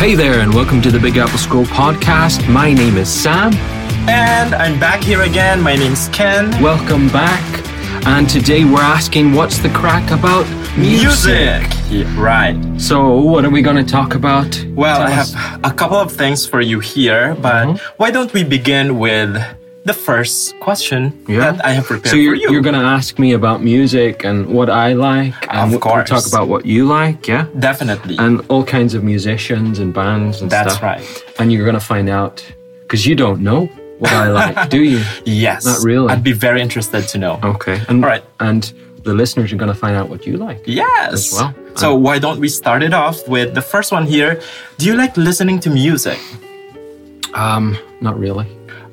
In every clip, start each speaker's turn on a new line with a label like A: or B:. A: Hey there, and welcome to the Big Apple Scroll podcast. My name is Sam.
B: And I'm back here again. My name's Ken.
A: Welcome back. And today we're asking what's the crack about music?
B: Yeah, right.
A: So, what are we going to talk about?
B: Well,
A: Tell
B: I
A: us.
B: have a couple of things for you here, but
A: Mm-hmm.
B: why don't we begin with the first question
A: Yeah.
B: that I have prepared
A: So, you're,
B: for you?
A: you're going to ask me about music and what I like. And
B: Of
A: we'll- we'll talk
B: course.
A: about what you like, yeah?
B: Definitely.
A: And all kinds of musicians and bands and
B: That's
A: stuff.
B: right.
A: And you're going to find out because you don't know what I like, do you?
B: Yes.
A: Not really. Oh,
B: I'd be very interested to know.
A: Okay. And,
B: All right.
A: And the listeners are going to find out what you like.
B: Yes.
A: As well. Uh-huh.
B: So why don't we start it off with the first one here? Do you like listening to music?
A: Um, not really.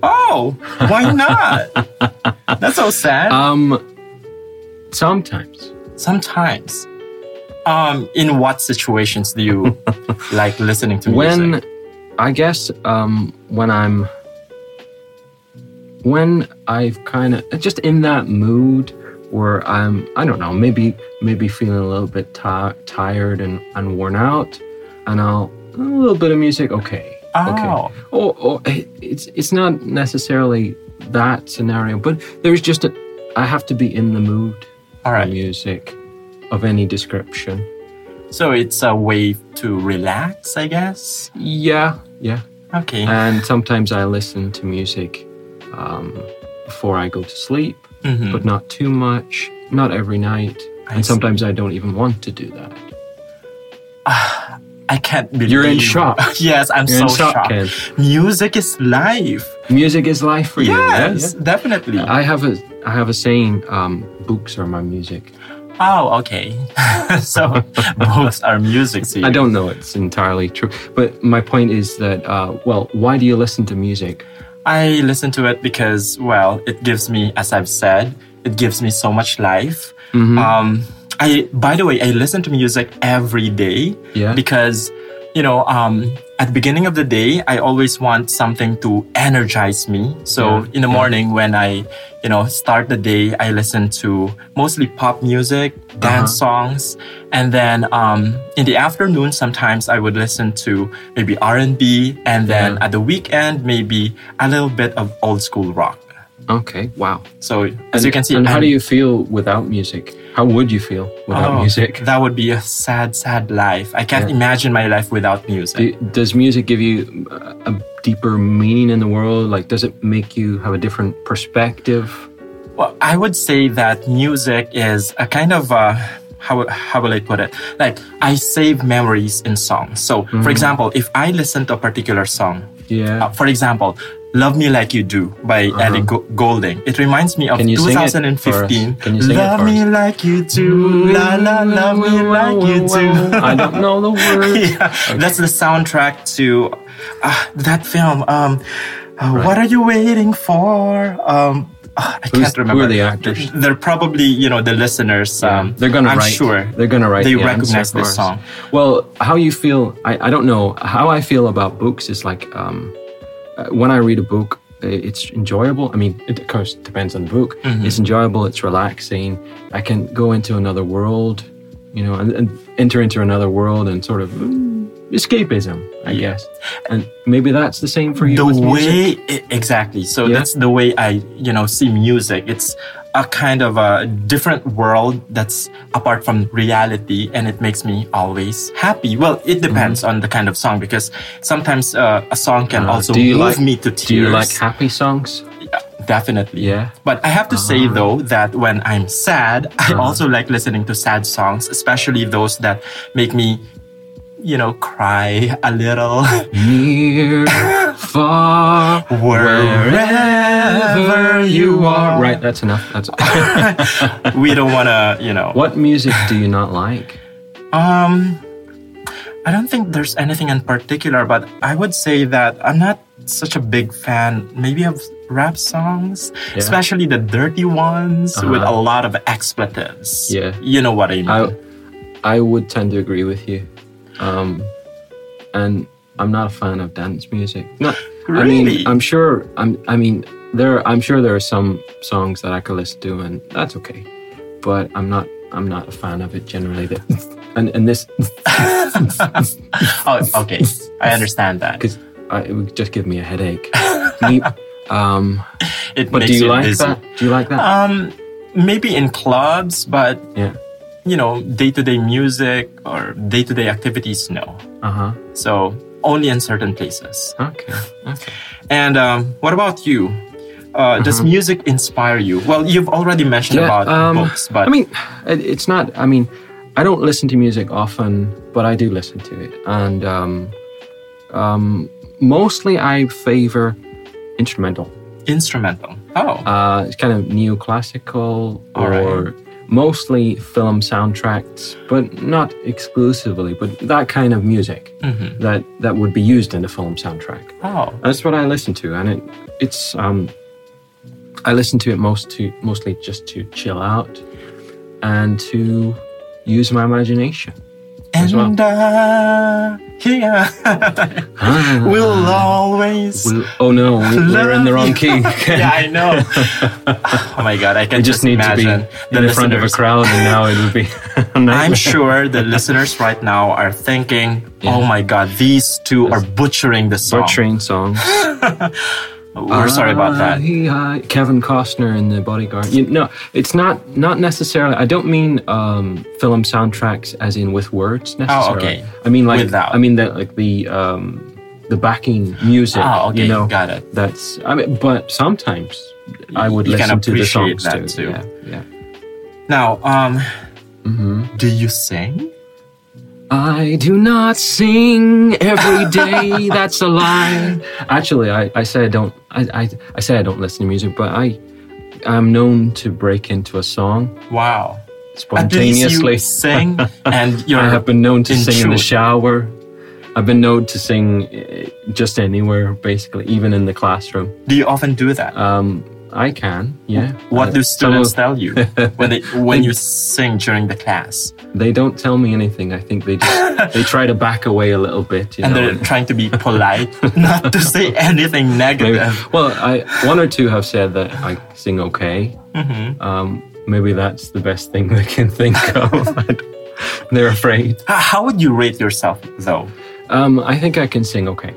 B: Oh, why not? That's so sad.
A: Um, sometimes.
B: Sometimes. Um, in what situations do you like listening to music?
A: when I guess um, when I'm when I've kind of just in that mood where I'm I don't know maybe maybe feeling a little bit ti tired and, and worn out and I'll a little bit of music okay
B: Oh.
A: okay or, or it- it's it's not necessarily that scenario but there's just a I have to be in the mood
B: All
A: for
B: right.
A: music of any description
B: So it's a way to relax, I guess.
A: yeah yeah
B: Okay.
A: and sometimes I listen to music um, before I go to sleep,
B: Mhm.
A: but not too much, not every night,
B: I
A: and
B: see.
A: sometimes I don't even want to do that.
B: I can't believe
A: You're in shock.
B: yes, I'm
A: You're
B: so
A: in shock,
B: shocked.
A: Ken.
B: Music is life.
A: Music is life for you. yeah? Uh,
B: yes, definitely.
A: Yeah. I have a I have a saying: um, books are my music.
B: oh, okay. so books are music. to
A: I
B: you.
A: don't know it's entirely true, but my point is that uh, well, why do you listen to music?
B: I listen to it because, well, it gives me, as I've said, it gives me so much life. Um, I, by the way, I listen to music every day
A: Yeah.
B: because, you know, um, at the beginning of the day, I always want something to energize me. So
A: Yeah,
B: in the morning, when I, you know, start the day, I listen to mostly pop music,
A: Uh-huh.
B: dance songs, and then um, in the afternoon, sometimes I would listen to maybe R and B, and then
A: Yeah.
B: at the weekend, maybe a little bit of old school rock.
A: Okay, wow.
B: So as you can see,
A: and how
B: I'm-
A: do you feel without music? How would you feel without
B: Oh,
A: music?
B: That would be a sad, sad life. I can't imagine my life without music.
A: Do, does music give you uh, a deeper meaning in the world? Like, does it make you have a different perspective?
B: Well, I would say that music is a kind of uh, how how will I put it? Like I save memories in songs. So,
A: Mm-hmm.
B: for example, if I listen to a particular song,
A: Yeah.
B: uh, for example, "Love Me Like You Do" by Ellie Go- Goulding, it reminds me of
A: Uh-huh. Can you sing it for
B: 2015.
A: us? Can you sing it
B: love
A: for
B: me like you do, la la, love me like you do.
A: I don't know the words.
B: yeah, that's the soundtrack to uh, that film. Um, uh, What are you waiting for? Um, uh,
A: Who's-
B: I can't
A: who are
B: remember.
A: the actors?
B: They're probably you know the listeners. Um,
A: They're gonna
B: I'm
A: write.
B: sure
A: They're gonna write.
B: They
A: the answer
B: recognize
A: for
B: this
A: us.
B: song.
A: Well, how you feel? I, I don't know. How I feel about books is like um, uh, when I read a book, i- it's enjoyable. I mean, it of course depends on the book.
B: Mm-hmm.
A: It's enjoyable. It's relaxing. I can go into another world, you know, and, and enter into another world and sort of mm, escapism, I guess. And maybe that's the same for you.
B: The
A: with music.
B: way i- exactly. So
A: Yeah.
B: that's the way I you know see music. It's a kind of a different world that's apart from reality, and it makes me always happy. Well, it depends on the kind of song because sometimes uh, a song can
A: Mm-hmm. Uh,
B: also
A: do you
B: move
A: like
B: me to tears.
A: Do you like happy songs?
B: Definitely.
A: Yeah.
B: But I have to
A: Uh-huh.
B: say though that when I'm sad, I also like listening to sad songs, especially those that make me, you know, cry a little.
A: Near, far,
B: Wherever you are.
A: Right, that's enough. That's
B: we don't want to, you know.
A: what music do you not like?
B: Um, I don't think there's anything in particular, but I would say that I'm not such a big fan, maybe of rap songs, especially the dirty ones with a lot of expletives.
A: Uh-huh. Yeah.
B: You know what I mean.
A: I, I would tend to agree with you, um, and I'm not a fan of dance music. No, I
B: Really?
A: mean, I'm sure. I'm. I mean, there. I'm sure there are some songs that I could listen to, and that's okay. But I'm not. I'm not a fan of it generally. That, and and this
B: oh, okay. I understand that.
A: because it would just give me a headache. Me- um,
B: It
A: but
B: makes
A: do you like
B: busy.
A: that? Do you like that?
B: Um, maybe in clubs, but
A: yeah.
B: you know, day to day music or day to day activities, no.
A: Uh huh.
B: So only in certain places.
A: Okay. Okay.
B: And um, what about you? Uh, does
A: Mm-hmm.
B: music inspire you? Well, you've already mentioned about books,
A: um,
B: but
A: I mean, it, it's not. I mean, I don't listen to music often, but I do listen to it, and um, um, mostly I favor instrumental.
B: instrumental. Oh,
A: Uh, it's kind of neoclassical
B: All right.
A: or mostly film soundtracks, but not exclusively. But that kind of music
B: Mhm.
A: that that would be used in a film soundtrack.
B: oh,
A: That's what I listen to, and it it's um, I listen to it most to mostly just to chill out and to use my imagination. as well.
B: and uh, here
A: Ah,
B: we'll always.
A: we'll- oh no, we, we're in the wrong key.
B: yeah, I know. oh my god, I can
A: I just need to be
B: imagine
A: in the front of a
B: listeners.
A: crowd, and now it would be. a
B: I'm
A: nightmare.
B: sure the listeners right now are thinking, "Oh my God, these two are butchering the song."
A: Butchering songs.
B: We're sorry about
A: Ah,
B: that.
A: he, uh, Kevin Costner in The Bodyguard. You, no, it's not not necessarily. I don't mean um, film soundtracks as in with words necessarily.
B: Oh, okay.
A: I mean like
B: Without.
A: I mean that like the um, the backing music.
B: Oh, okay,
A: You know,
B: got it.
A: that's. I mean, but sometimes I would
B: You can
A: listen to the
B: appreciate
A: songs
B: that too.
A: too. Yeah, yeah.
B: Now, um,
A: hmm
B: do you sing?
A: I do not sing every day. That's a lie. Actually, I, I say I don't. I, I I say I don't listen to music, but I I'm known to break into a song
B: Wow. At least
A: spontaneously.
B: you sing, and you're
A: I have been known to
B: in
A: sing in the
B: tune.
A: shower. I've been known to sing eh, just anywhere, basically, even in the classroom.
B: Do you often do that?
A: Um, I can, yeah.
B: what
A: Uh,
B: do
A: some of-
B: students tell you when they, when you sing during the class
A: They don't tell me anything. I think they just they try to back away a little bit. You
B: and
A: know,
B: they're
A: and-
B: trying to be polite, not to say anything
A: Maybe-
B: negative?
A: well, I one or two have said that I sing okay.
B: Mhm.
A: Um, maybe that's the best thing they can think of. They're afraid.
B: H- How would you rate yourself, though?
A: Um, I think I can sing okay.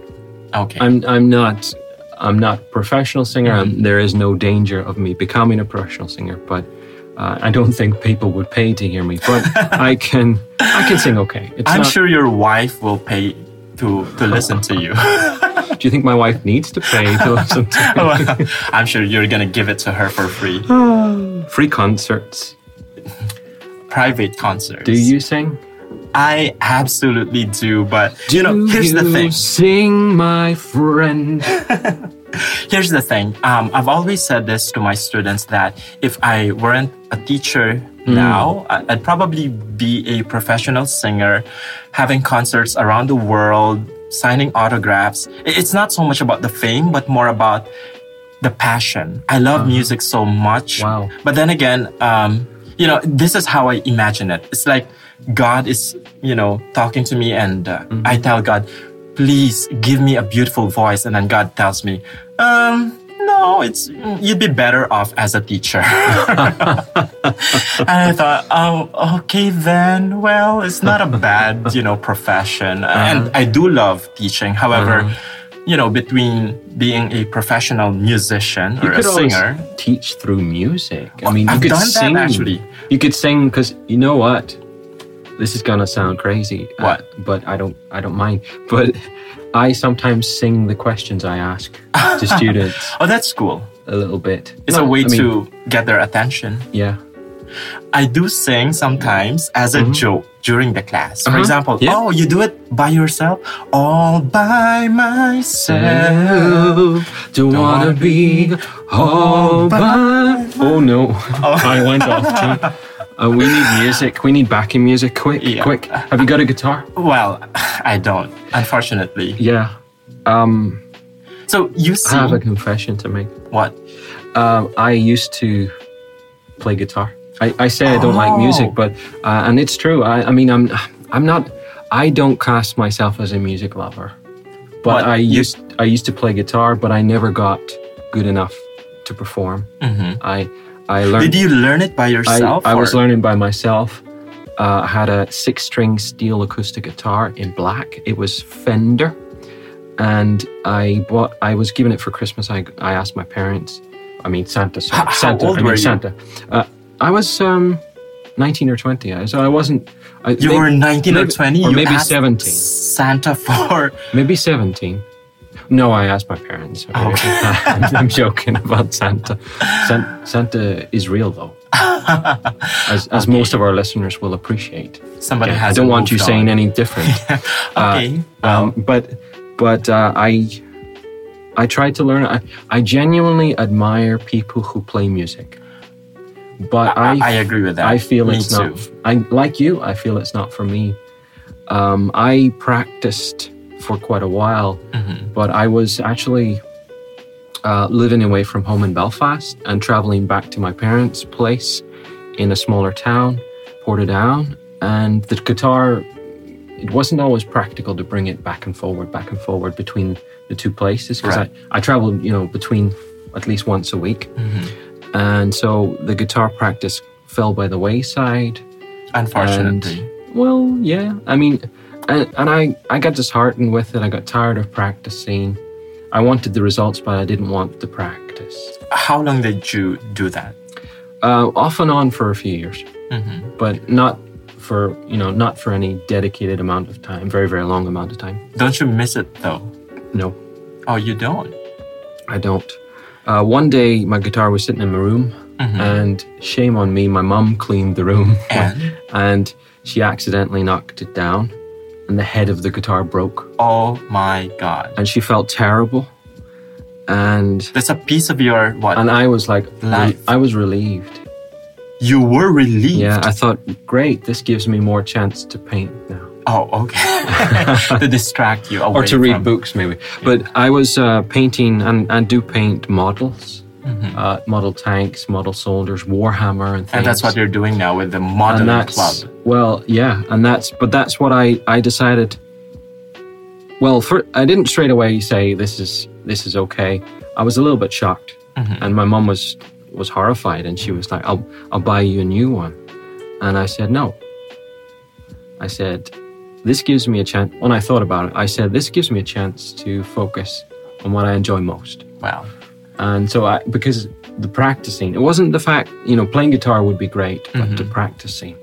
B: Okay.
A: I'm I'm not I'm not a professional singer.
B: Mm-hmm.
A: I'm, there is no danger of me becoming a professional singer, but. Uh, I don't think people would pay to hear me, but I can I can sing okay. It's
B: I'm
A: not-
B: sure your wife will pay to to listen to you.
A: Do you think my wife needs to pay to listen to me?
B: I'm sure you're gonna give it to her for free.
A: free concerts?
B: Private concerts.
A: Do you sing?
B: I absolutely do, but you know, here's the
A: You
B: thing.
A: Sing, my friend.
B: Here's the thing. Um, I've always said this to my students that if I weren't a teacher now, I- I'd probably be a professional singer, having concerts around the world, signing autographs. I- It's not so much about the fame, but more about the passion. I love music so much.
A: Uh-huh. Wow.
B: But then again, um, you know, this is how I imagine it. It's like God is, you know, talking to me, and uh,
A: Mm-hmm.
B: I tell God, please give me a beautiful voice. And then God tells me, um, no, it's you'd be better off as a teacher. and I thought, oh, okay then. Well, it's not a bad, you know, profession.
A: Uh-huh.
B: And I do love teaching. However, you know, between being a professional musician or a
A: could always
B: singer,
A: teach through music. I mean, you
B: I've
A: could
B: done that,
A: sing.
B: actually.
A: you could sing because you know what? This is gonna sound crazy. uh,
B: What?
A: but I don't. I don't mind. But I sometimes sing the questions I ask to students
B: oh, that's cool.
A: a little bit.
B: It's a
A: Not-
B: way
A: I mean,
B: to get their attention.
A: Yeah.
B: I do sing sometimes as a joke during the class. For
A: Mm-hmm. Uh-huh.
B: example,
A: Yeah.
B: oh, you do it by yourself? All by
A: Uh-huh.
B: myself.
A: Don't wanna be all by. Oh no! I went off. tune. Uh, we need music. We need backing music. Quick,
B: Yeah.
A: quick. Have you got a guitar?
B: Well, I don't, unfortunately.
A: Yeah. Um,
B: So you
A: I have a
B: sing
A: confession to make.
B: what?
A: Um, I used to play guitar. I, I say I don't like
B: Oh.
A: music, but uh, and it's true. I, I mean, I'm I'm not. I don't cast myself as a music lover, but
B: But
A: I
B: you-
A: used I used to play guitar, but I never got good enough to perform.
B: Mm-hmm.
A: I I learned.
B: Did you learn it by
A: I,
B: yourself?
A: I was
B: or-
A: learning by myself. Uh, I had a six-string steel acoustic guitar in black. It was Fender. and I bought. I was given it for Christmas. I I asked my parents. I mean Santa. sorry,
B: How- how
A: Santa. I
B: old
A: mean,
B: were you?
A: Santa. Uh, I was um, nineteen or twenty. I- So I wasn't. I,
B: You
A: may-
B: were 19 or
A: maybe-
B: 20.
A: or
B: you
A: maybe
B: asked
A: 17.
B: Santa for.
A: Maybe 17. No, I asked my parents.
B: Oh.
A: I'm joking about Santa. San- Santa is real, though, as, as most of our listeners will appreciate.
B: Somebody
A: Okay, I
B: has.
A: don't want you saying any different.
B: Okay.
A: um, but but uh, I I tried to learn. I, I genuinely admire people who play music, but
B: I,
A: I
B: I agree with that.
A: I feel
B: Me
A: it's
B: too.
A: not. I like you. I feel it's not for me. Um, I practiced for quite a while,
B: Mhm.
A: but I was actually uh, living away from home in Belfast and traveling back to my parents' place in a smaller town, Portadown. And the guitar, it wasn't always practical to bring it back and forward, back and forward between the two places because
B: Right.
A: I, I traveled, you know, between at least once a week.
B: Mhm.
A: And so the guitar practice fell by the wayside.
B: Unfortunately.
A: Well, yeah. I mean, and, and I, I got disheartened with it. I got tired of practicing. I wanted the results, but I didn't want the practice.
B: How long did you do that?
A: Uh, off and on for a few years,
B: Mhm.
A: but not for you know not for any dedicated amount of time, very very long amount of time.
B: Don't you miss it though?
A: No,
B: Oh, you don't.
A: I don't. Uh, one day my guitar was sitting in my room,
B: Mhm.
A: and shame on me, my mum cleaned the room.
B: And
A: and she accidentally knocked it down and the head of the guitar broke
B: oh my god,
A: and she felt terrible and
B: that's a piece of your what?
A: and i was like
B: Life.
A: i was relieved
B: you were relieved.
A: yeah i thought great this gives me more chance to paint now
B: Oh, okay. to distract you away
A: or to read
B: from-
A: books maybe but i was uh, painting and, and do paint models
B: Mhm.
A: uh, model tanks model soldiers warhammer and things
B: And that's what you're doing now with the modern
A: Uh,
B: club.
A: Well, yeah, and that's but that's what I I decided. Well, for, I didn't straight away say this is this is okay. I was a little bit shocked,
B: Mhm.
A: and my mom was was horrified, and she was like, "I'll I'll buy you a new one," and I said no. I said, "This gives me a chance." When I thought about it, I said, "This gives me a chance to focus on what I enjoy most."
B: Wow.
A: and so I because the practicing it wasn't the fact you know playing guitar would be great but the practicing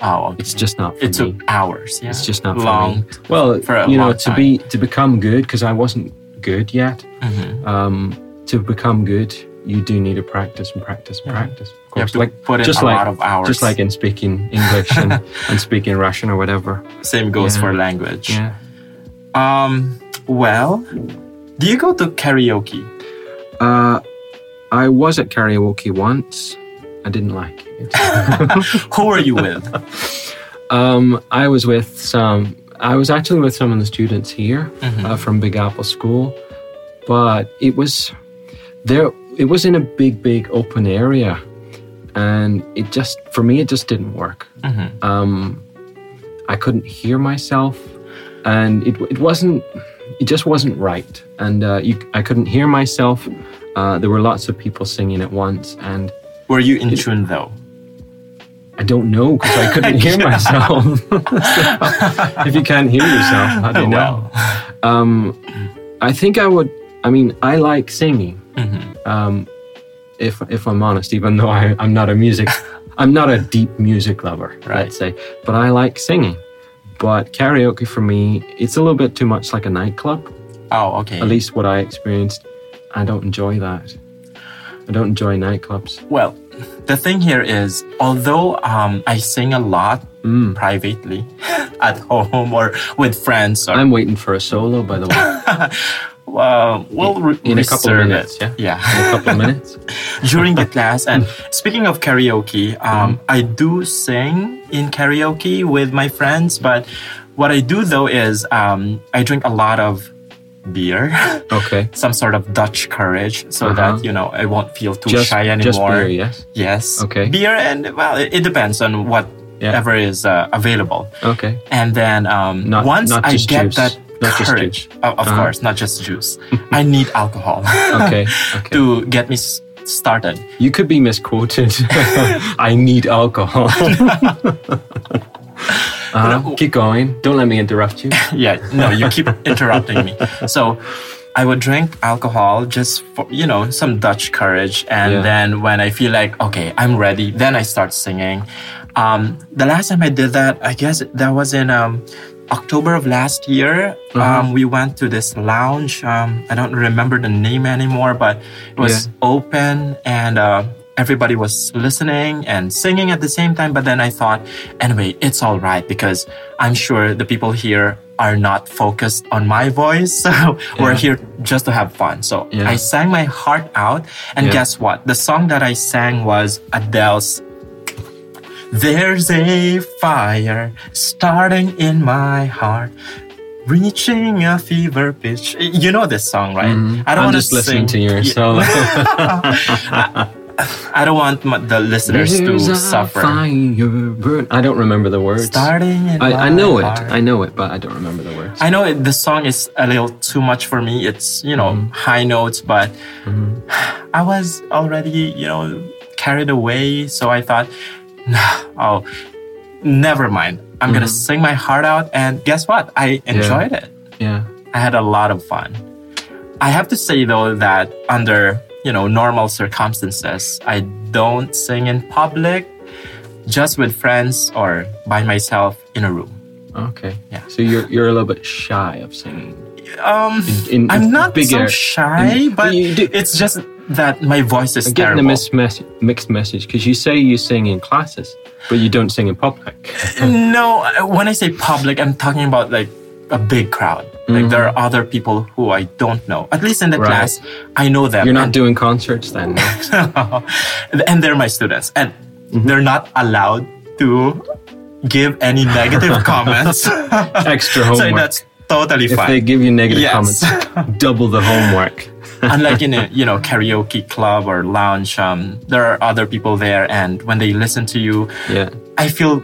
B: Oh, okay.
A: it's just not for
B: it
A: me
B: took hours. Yeah.
A: it's just not
B: long.
A: for me well
B: for a
A: you know
B: long
A: to be to become good because I wasn't good yet
B: Mhm.
A: um to become good you do need to practice and practice and practice of
B: Mm-hmm. You
A: course
B: have to
A: like
B: put in
A: just
B: a
A: like
B: lot of hours.
A: just like in speaking English and, and speaking Russian or whatever
B: same goes
A: Yeah.
B: for language.
A: yeah
B: Um. Well, do you go to karaoke?
A: uh I was at karaoke once I didn't like it
B: Who are you with?
A: Um, I was with some. I was actually with some of the students here uh, from Big Apple School, but it was there. It was in a big, big open area, and it just for me it just didn't work.
B: Mhm.
A: Um, I couldn't hear myself, and it it wasn't. It just wasn't right, and uh, you, I couldn't hear myself. Uh, there were lots of people singing at once, and
B: Were you in tune though?
A: I don't know because I couldn't hear myself. So, if you can't hear yourself, how do you know?
B: Oh, Well,
A: Um, I think I would. I mean, I like singing.
B: Mhm.
A: Um, if if I'm honest, even though I, I'm not a music, I'm not a deep music lover.
B: Right.
A: Let's say, but I like singing. But karaoke for me, it's a little bit too much like a nightclub.
B: Oh, okay.
A: At least what I experienced, I don't enjoy that. I don't enjoy nightclubs.
B: Well, the thing here is, although um, I sing a lot
A: Mm.
B: privately at home or with friends, or
A: I'm waiting for a solo, by the way.
B: well, we'll re-
A: in a couple of
B: reserve
A: minutes,
B: it.
A: In a
B: Yeah,
A: couple of minutes.
B: during the class. And
A: Mm.
B: speaking of karaoke, um,
A: Mm-hmm.
B: I do sing in karaoke with my friends, but what I do though is um, I drink a lot of beer.
A: Okay.
B: Some sort of Dutch courage, so
A: Uh-huh.
B: that you know I won't feel too
A: just,
B: shy anymore.
A: just beer, yes.
B: Yes.
A: Okay.
B: Beer and well, it, it depends on whatever is uh, available.
A: Okay.
B: And then um,
A: Not-
B: once
A: not
B: I
A: just
B: get
A: juice.
B: that
A: Not just
B: courage,
A: juice.
B: o- of
A: Uh-huh.
B: course, not just juice. I need alcohol
A: Okay. Okay.
B: to get me s- started.
A: you could be misquoted. I need alcohol. Uh-huh. Keep going. Don't let me interrupt you.
B: yeah, no, you keep interrupting me. So I would drink alcohol just for, you know, some Dutch courage. And
A: Yeah.
B: then when I feel like, okay, I'm ready, then I start singing. Um, the last time I did that, I guess that was in um, October of last year. Um, we went to this lounge. Um, I don't remember the name anymore, but it was
A: Yeah.
B: open and uh, everybody was listening and singing at the same time. But then I thought, anyway, it's all right because I'm sure the people here are not focused on my voice. So we're here just to have fun. So
A: Yeah.
B: I sang my heart out. And
A: Yeah.
B: guess what? The song that I sang was Adele's. There's a fire starting in my heart, reaching a fever pitch. You know this song, right? I
A: am
B: wanna
A: Mm-hmm. just listening to
B: sing-
A: your
B: Yeah.
A: solo.
B: I don't want my, the listeners to
A: a
B: suffer.
A: fire burn. I don't remember the words.
B: Starting in
A: I,
B: my
A: I know it.
B: heart.
A: I know it, but I don't remember the words.
B: I know it, the song is a little too much for me. It's, you know, high notes, but I was already, you know, carried away. So I thought, nah, oh, never mind. I'm going to sing my heart out. And guess what? I enjoyed it.
A: yeah.
B: I had a lot of fun. I have to say though that under you know normal circumstances, I don't sing in public, just with friends or by myself in a room.
A: Okay.
B: Yeah.
A: So you're you're a little bit shy of singing.
B: Um,
A: In, in
B: I'm not
A: big
B: so
A: air-
B: shy,
A: in-
B: but
A: you do-
B: it's just that my voice is
A: I'm getting
B: terrible.
A: a mis- mes- mixed message because you say you sing in classes, but you don't sing in public.
B: no, I- when I say public, I'm talking about like a big crowd. Like there are other people who I don't know. At least in the
A: Mm-hmm. Right.
B: class, I know them.
A: You're not
B: and
A: doing concerts then. no?
B: and they're my students and
A: Mm-hmm.
B: they're not allowed to give any negative comments
A: Extra
B: so
A: homework.
B: that's
A: Oh
B: totally
A: if they
B: fine
A: give you negative
B: Yes.
A: comments, double the homework.
B: unlike in a you know karaoke club or lounge um, there are other people there and when they listen to you
A: Yeah.
B: i feel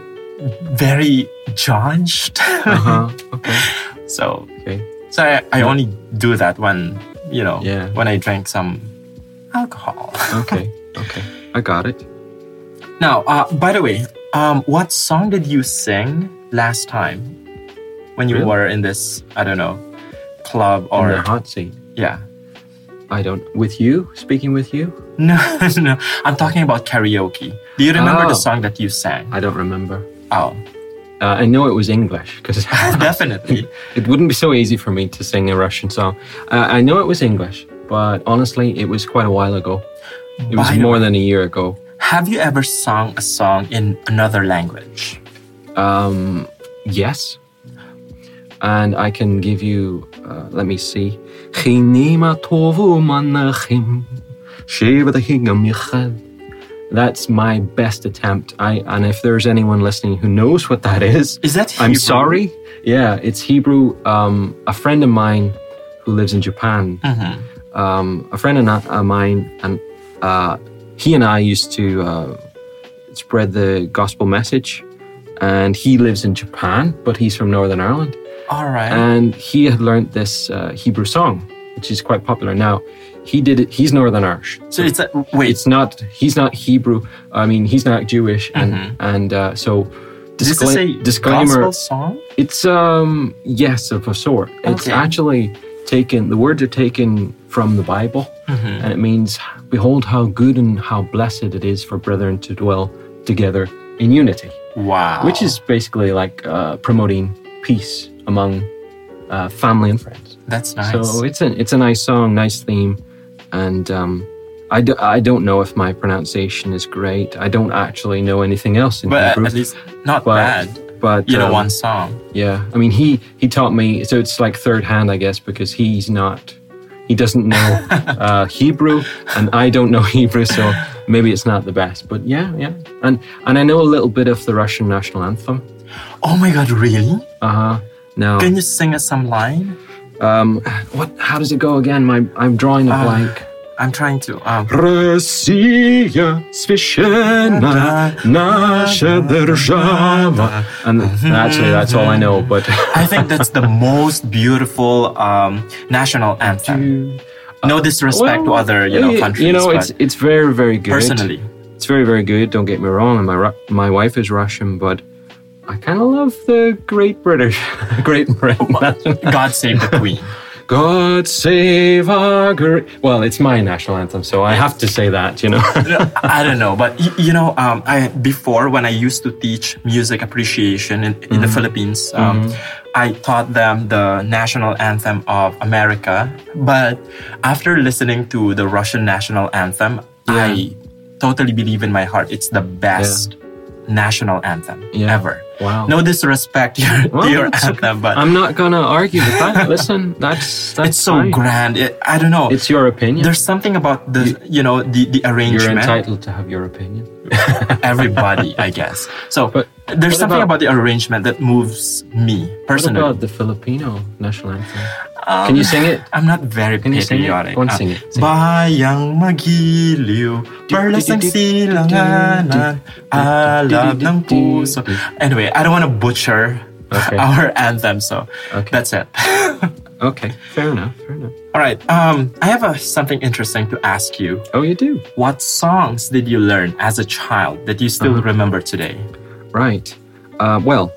B: very judged
A: Uh-huh. Okay.
B: so
A: Okay.
B: so i, I only do that when you know
A: Yeah.
B: when i drink some alcohol
A: Okay. Okay. I got it.
B: Now, uh, by the way, um, what song did you sing last time when you
A: Really?
B: were in this, I don't know, club
A: In
B: or
A: the hot seat.
B: yeah?
A: I don't. With you speaking with you,
B: No, no, I'm talking about karaoke. Do you remember the
A: Oh.
B: song that you sang?
A: I don't remember.
B: Oh,
A: Uh, I know it was English because
B: definitely.
A: it wouldn't be so easy for me to sing a Russian song. Uh, I know it was English, but honestly, it was quite a while ago. It was
B: By the
A: more
B: way-
A: than a year ago.
B: Have you ever sung a song in another language?
A: Um, yes. And I can give you, uh, let me see. That's my best attempt. I and if there's anyone listening who knows what that is,
B: Is that
A: I'm
B: Hebrew?
A: sorry. Yeah, it's Hebrew. Um, a friend of mine who lives in Japan,
B: Mhm.
A: um, a friend of no- of mine, and uh, he and I used to uh, spread the gospel message. And he lives in Japan, but he's from Northern Ireland.
B: All right.
A: And he had learned this uh, Hebrew song, which is quite popular now. He did it. He's Northern Irish,
B: so it's a, wait.
A: it's not he's not Hebrew. I mean, he's not Jewish, and and uh, so
B: Is Uh-huh. this a
A: discla- disclaimer.
B: gospel song?
A: It's um yes of a sort. It's
B: Okay.
A: actually taken. The words are taken from the Bible,
B: Mm-hmm.
A: and it means behold how good and how blessed it is for brethren to dwell together in unity,
B: Wow.
A: which is basically like uh, promoting peace among uh, family and friends.
B: that's nice.
A: So it's a it's a nice song, nice theme, and um, I, do, I don't know if my pronunciation is great. I don't actually know anything else in
B: but
A: Hebrew.
B: at least not
A: but
B: bad.
A: but
B: You know,
A: um,
B: one song.
A: Yeah, I mean he he taught me, so it's like third hand, I guess, because he's not he doesn't know uh, Hebrew, and I don't know Hebrew, so maybe it's not the best. But yeah, yeah, and and I know a little bit of the Russian national anthem.
B: Oh my god, really?
A: Uh huh. Now,
B: Can you sing us some line?
A: um, what? How does it go again? My, I'm drawing a
B: Uh,
A: blank.
B: I'm trying to. Um,
A: Россия священна, наша держава. And actually, that's all I know. But
B: I think that's the most beautiful um, national anthem. No disrespect to
A: Well,
B: other, you know,
A: eh,
B: countries.
A: You know,
B: but
A: it's it's very very good.
B: personally,
A: it's very very good. Don't get me wrong. And my Ru- my wife is Russian, but I kind of love the Great British, Great Britain.
B: God save the Queen.
A: God save our great. Well, it's my national anthem, so I have to say that, you know.
B: I don't know, but y- you know, um, I before when I used to teach music appreciation in, in
A: Mm-hmm.
B: the Philippines, um, I taught them the national anthem of America. But after listening to the Russian national anthem, I totally believe in my heart it's the best national anthem
A: Yeah.
B: ever.
A: Wow.
B: No disrespect to your,
A: Well,
B: to your
A: it's okay.
B: anthem, but
A: I'm not gonna argue with that. Listen, that's that's
B: it's so
A: fine.
B: grand. It, I don't know.
A: It's your opinion.
B: there's something about the you, know the the
A: You're
B: arrangement
A: entitled to have your opinion.
B: everybody i guess so
A: But
B: there's
A: what
B: something
A: about-
B: about, the arrangement that moves me
A: What
B: personally Um,
A: about the Filipino national anthem? Can you sing it?
B: i'm not very
A: Can you sing it?
B: patriotic Ah,
A: Go on, sing it. Sing it.
B: bayang magiliw perlasang silanganan alab ng puso anyway i don't want to butcher
A: Okay.
B: our anthem so
A: Okay.
B: that's it
A: Okay, fair enough. Fair enough.
B: all right um i have a, something interesting to ask you
A: Oh, you do.
B: What songs did you learn as a child that you still
A: Uh-huh.
B: remember today?
A: Right. Uh, well,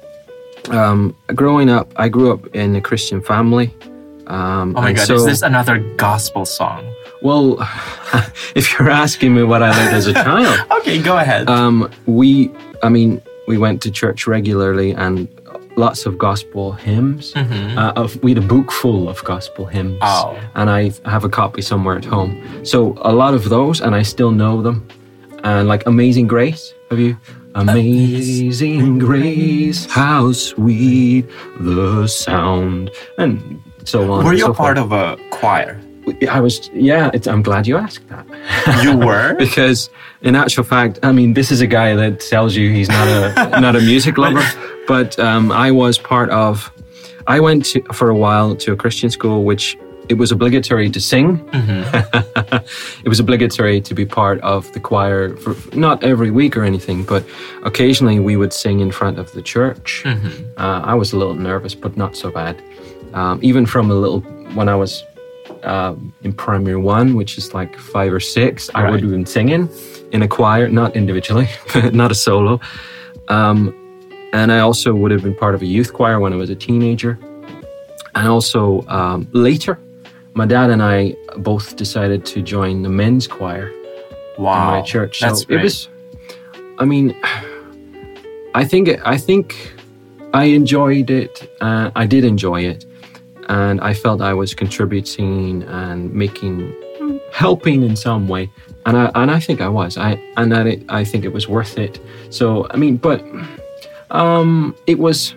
A: um, growing up, I grew up in a Christian family. Um,
B: Oh my
A: and
B: god,
A: so,
B: is this another gospel song?
A: well, if you're asking me what I learned as a child,
B: Okay, go ahead.
A: um, we, I mean, we went to church regularly and lots of gospel hymns. Uh, of, we had a book full of gospel hymns,
B: Mm-hmm. Oh.
A: and I have a copy somewhere at home. So a lot of those, and I still know them. And like Amazing Grace, have you? Amazing Grace, how sweet the sound, and so on.
B: Were
A: and
B: you
A: so
B: a part of a choir?
A: of? I was. Yeah, it's, I'm glad you asked that
B: You were?
A: because in actual fact, I mean, this is a guy that tells you he's not a not a music lover, but um, I was part of. I went to, for a while to a Christian school, which it was obligatory to sing. it was obligatory to be part of the choir, for, not every week or anything, but occasionally we would sing in front of the church. Uh, I was a little nervous, but not so bad. Um, even from a little when I was um, in primary one, which is like five or six, I would
B: Right.
A: have been singing in a choir, not individually, not a solo. Um, and I also would have been part of a youth choir when I was a teenager. And also um, later, my dad and I both decided to join the men's choir
B: Wow.
A: in my church.
B: That's
A: so it was. I mean, I think I think I enjoyed it. Uh, I did enjoy it, and I felt I was contributing and making, helping in some way. And I and I think I was. I and I, I think it was worth it. So I mean, but um, it was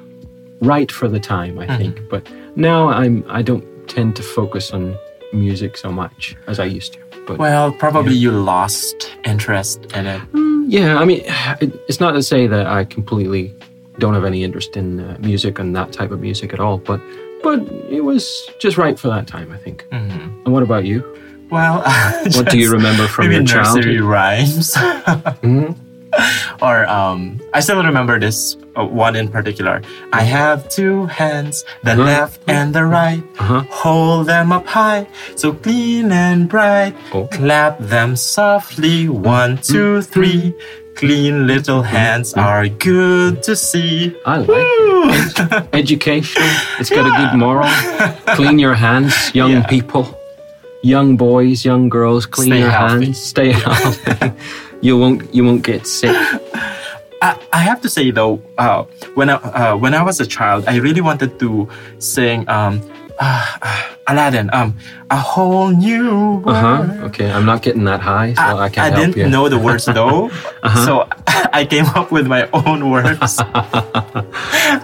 A: right for the time,
B: Mm-hmm.
A: I think. But now I'm I don't tend to focus on music so much as I used to. But
B: well, probably you lost interest in it.
A: yeah, I mean, it- it's not to say that I completely don't have any interest in uh, music and that type of music at all, but but it was just right for that time, I think. And what about you?
B: Well,
A: What do you remember from
B: Mm-hmm. maybe
A: your
B: nursery
A: childhood? Hmm?
B: rhymes? Or um, I still remember this uh, one in particular. I have two hands, the left and the right.
A: Uh-huh.
B: Hold them up high, so clean and bright.
A: Oh. Hmm?
B: Clap them softly, one, two, three. Clean little hands are good to see.
A: I like it. education. It's got a good moral. Clean your hands, young
B: Yeah.
A: people, young boys, young girls. Clean
B: Stay
A: your
B: healthy.
A: hands. Stay healthy. you won't you won't get sick.
B: I, I have to say though, uh, when I uh, when I was a child, I really wanted to sing um, uh, uh, Aladdin, um, a whole new world.
A: Uh huh. Okay, I'm not getting that high, so I, can't help
B: didn't
A: you. Uh-huh.
B: know the words though, so I came up with my own words.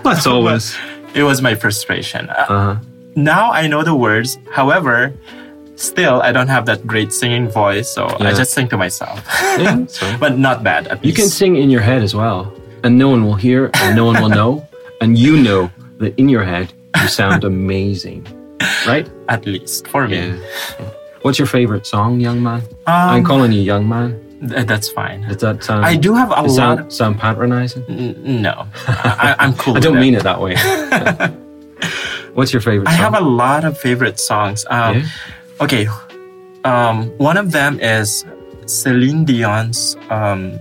A: That's always.
B: it was my frustration. Uh,
A: Uh huh.
B: now I know the words. However, still I don't have that great singing voice, so I
A: Yeah.
B: just sing to myself.
A: Yeah, so-
B: but not bad. At
A: You can
B: least.
A: sing in your head as well, and no one will hear, and no one will know, and you know that in your head you sound amazing, right?
B: at least for me.
A: What's your favorite song, young man? I'm calling you young man.
B: Th- that's fine.
A: Does that sound?
B: Um, I do have a
A: does
B: lot.
A: sound, sound patronizing.
B: N- No, I, I- I'm cool.
A: I don't mean it that way. What's your favorite?
B: I
A: song?
B: have a lot of favorite songs. Um, Okay, um, one of them is Celine Dion's um,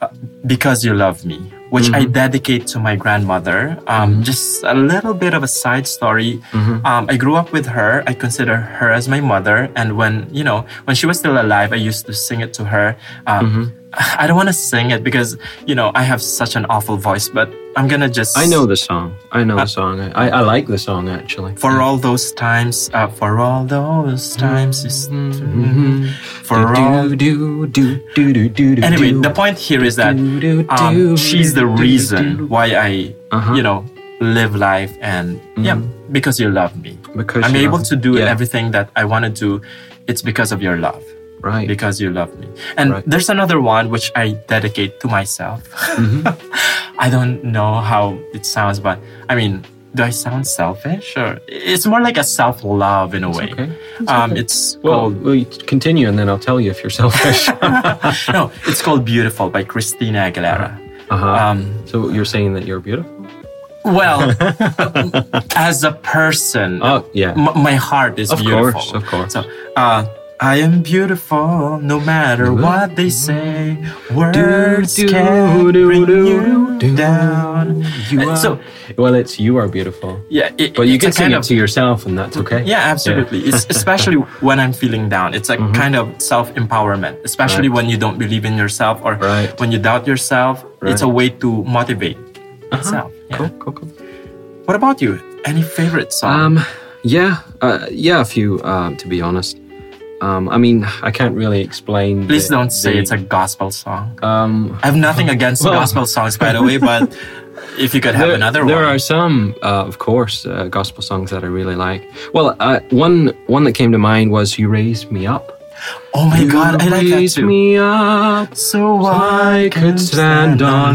B: uh, "Because You Love Me." which I
A: Mm-hmm.
B: dedicate to my grandmother. Um, Just a little bit of a side story.
A: Mm-hmm.
B: Um, I grew up with her. I consider her as my mother. And when you know, when she was still alive, I used to sing it to her.
A: Mm-hmm.
B: Um, I don't want to sing it because you know I have such an awful voice, but I'm gonna just.
A: I know the song. I know the song. I, I like the song actually.
B: Uh, For all those times, uh, for all those times, is- for all
A: Mm-hmm. do do do do do do do.
B: Anyway, the point here is that um, she's the reason why I,
A: Uh-huh. Mm-hmm.
B: you know, live life and yeah, because you love me.
A: Because
B: I'm
A: you
B: able
A: love
B: to
A: me.
B: do
A: Yeah.
B: everything that I want to do. It's because of your love,
A: right.
B: because you love me. And
A: Right.
B: there's another one which I dedicate to myself.
A: Mm-hmm.
B: I don't know how it sounds, but I mean, do I sound selfish or it's more like a self love in a way?
A: okay.
B: um, It's
A: well,
B: called
A: well, you continue, and then I'll tell you if you're selfish. Uh-huh.
B: no, it's called Beautiful by Christina Aguilera.
A: uh-huh.
B: Um,
A: so you're saying that you're beautiful?
B: well, as a person,
A: Oh yeah.
B: m- my heart is
A: Of
B: beautiful.
A: course, of course.
B: So, uh, I am beautiful no matter what they say. Words
A: Mm-hmm. Do, do,
B: can
A: do,
B: bring
A: do,
B: you
A: do, do.
B: down.
A: You
B: Uh,
A: are,
B: so-
A: well, it's you are beautiful,
B: Yeah, it,
A: but you
B: it's
A: can
B: a
A: sing
B: kind
A: it
B: of,
A: to yourself, and that's okay.
B: Yeah, absolutely. It's especially when I'm feeling down. It's a
A: Mm-hmm.
B: kind of self empowerment, especially when you don't believe in yourself or
A: Right.
B: when you doubt yourself. It's
A: Right. Uh-huh.
B: a way to motivate yourself. Yeah.
A: Cool, cool, cool.
B: What about you? Any favorite song?
A: Um, yeah, uh, yeah, a few. Um, to be honest, um, I mean, I can't really explain.
B: Please
A: the-
B: don't say
A: the-
B: it's a gospel song.
A: Um,
B: I have nothing against
A: Well-
B: gospel songs, by the way, but if you could have
A: there,
B: another
A: there
B: one.
A: are some, uh, of course, uh, gospel songs that I really like. Well, uh, one one that came to mind was "You Raise Me Up."
B: oh my
A: you
B: god, I like that
A: raise
B: too.
A: me up.
B: so
A: I could stand on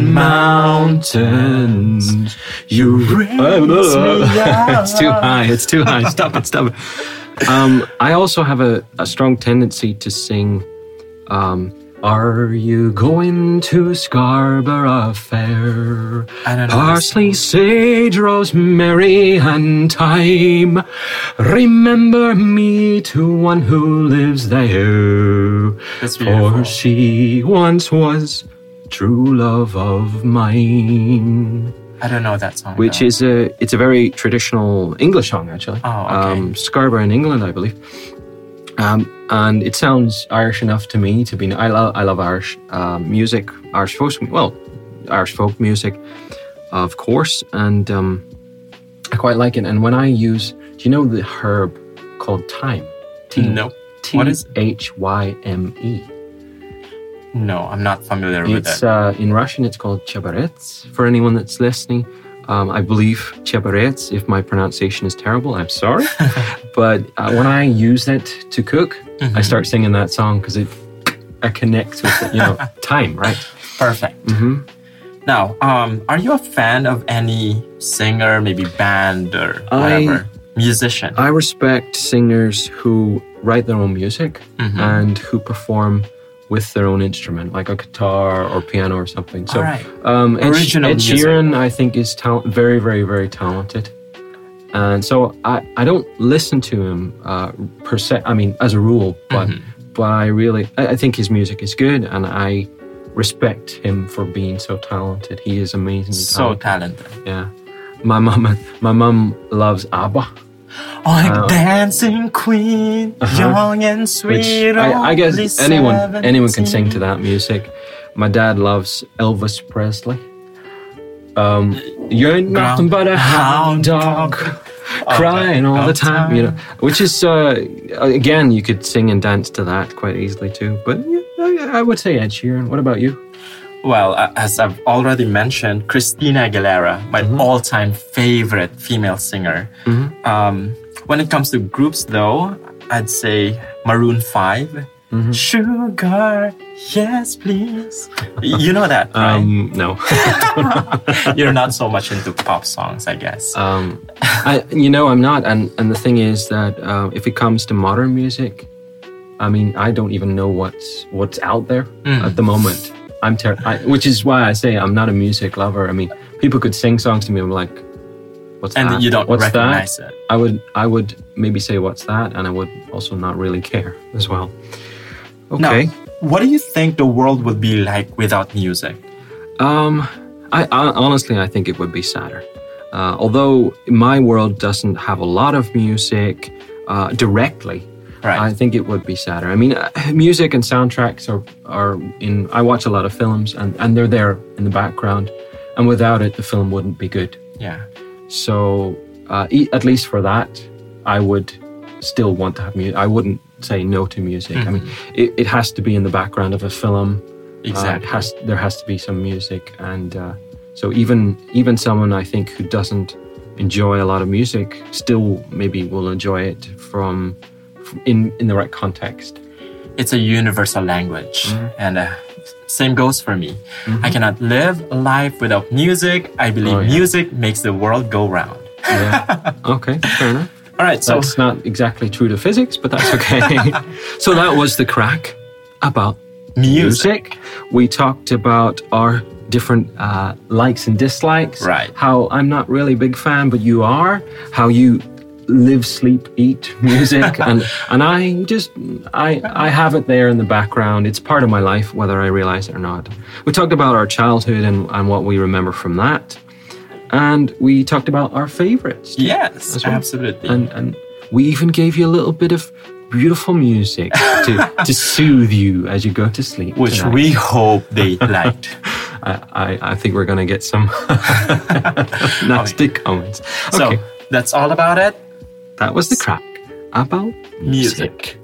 A: mountains. You raise
B: me up.
A: It's too high. It's too high. Stop it. Stop it. Um, I also have a, a strong tendency to sing. Um, Are you going to Scarborough Fair?
B: I don't know.
A: Parsley, sage, rosemary, and thyme. Remember me to one who lives there.
B: That's beautiful.
A: For she once was true love of mine.
B: I don't know that song.
A: Which is a it's a very traditional English song actually.
B: Oh, okay.
A: Um Scarborough in England, I believe. Um, and it sounds Irish enough to me to be. I love I love Irish um, music, Irish folk. Well, Irish folk music, of course, and um, I quite like it. And when I use, do you know the herb called thyme? T-
B: No.
A: T
B: What is-
A: H Y M E.
B: No, I'm not familiar with
A: It's
B: it.
A: uh, in Russian. It's called chabarets. For anyone that's listening, um, I believe chabarets. If my pronunciation is terrible, I'm sorry. but uh, when I use it to cook,
B: Mm-hmm.
A: I start singing that song because it I connect with it, you know time, right?
B: Perfect.
A: hmm
B: Now, um, are you a fan of any singer, maybe band or
A: I-
B: whatever? Musician.
A: I respect singers who write their own music
B: Mhm.
A: and who perform with their own instrument, like a guitar or piano or something. So,
B: All right.
A: um, Ed,
B: Original
A: Ed
B: music.
A: Sheeran, I think, is tal- very, very, very talented. And so I, I don't listen to him uh, per se. I mean, as a rule, but
B: Mm-hmm.
A: but I really I, I think his music is good, and I respect him for being so talented. He is amazing.
B: So talented.
A: yeah. My mom, my mom loves ABBA.
B: Like dancing queen, young and sweet.
A: Uh-huh. which I, I guess
B: only
A: anyone anyone can sing to
B: 17.
A: that music. My dad loves Elvis Presley. Um, you're nothing but a hound
B: hound
A: dog,
B: dog.
A: crying all the
B: All
A: time, you know. Which is uh, again, you could sing and dance to that quite easily too. But yeah, I, I would say Ed Sheeran. What about you?
B: Well, a- as I've already mentioned, Christina Aguilera, my
A: Mm-hmm.
B: all-time favorite female singer. Um, when it comes to groups, though, I'd say Maroon 5
A: Mm-hmm.
B: Sugar, yes, please. You know that, right?
A: Um, no.
B: You're not so much into pop songs, I guess.
A: Um, I, you know, I'm not. And, and the thing is that uh, if it comes to modern music, I mean, I don't even know what's what's out there
B: Mm.
A: at the moment. I'm ter- I, which is why I say I'm not a music lover. I mean, people could sing songs to me. I'm like, what's
B: and
A: that?
B: you don't
A: what's
B: recognize
A: that?
B: it.
A: I would I would maybe say what's that, and I would also not really care as well.
B: Now,
A: Okay.
B: what do you think the world would be like without music?
A: Um, I, I honestly, I think it would be sadder. Uh, although my world doesn't have a lot of music uh, directly,
B: Right.
A: I think it would be sadder. I mean, uh, music and soundtracks are are in. I watch a lot of films, and and they're there in the background, and without it, the film wouldn't be good.
B: yeah.
A: Um, So uh, e- at least for that, I would still want to have music. I wouldn't say no to music. I mean, it, it has to be in the background of a film. Uh,
B: Exactly.
A: it has there has to be some music, and uh, so even even someone I think who doesn't enjoy a lot of music still maybe will enjoy it from, f in in the right context.
B: it's a universal language
A: Mm-hmm.
B: and uh, same goes for me i cannot live life without music i believe
A: Oh, yeah.
B: music makes the world go round
A: Yeah. okay. Fair enough.
B: all right so
A: That's not exactly true to physics, but that's okay. so that was the crack about
B: music
A: music. We talked about our different uh, likes and dislikes.
B: Right.
A: How I'm not really a big fan, but you are. How you live, sleep, eat music, and and I just I I have it there in the background. It's part of my life, whether I realize it or not. We talked about our childhood and and what we remember from that, and we talked about our favorites.
B: yes
A: well.
B: absolutely
A: And and we even gave you a little bit of. Beautiful music to, to soothe you as you go to sleep.
B: which
A: tonight.
B: we hope they liked
A: I, I, I think we're gonna get some nasty comments.
B: so
A: Okay,
B: that's all about it
A: that was the crack about
B: music.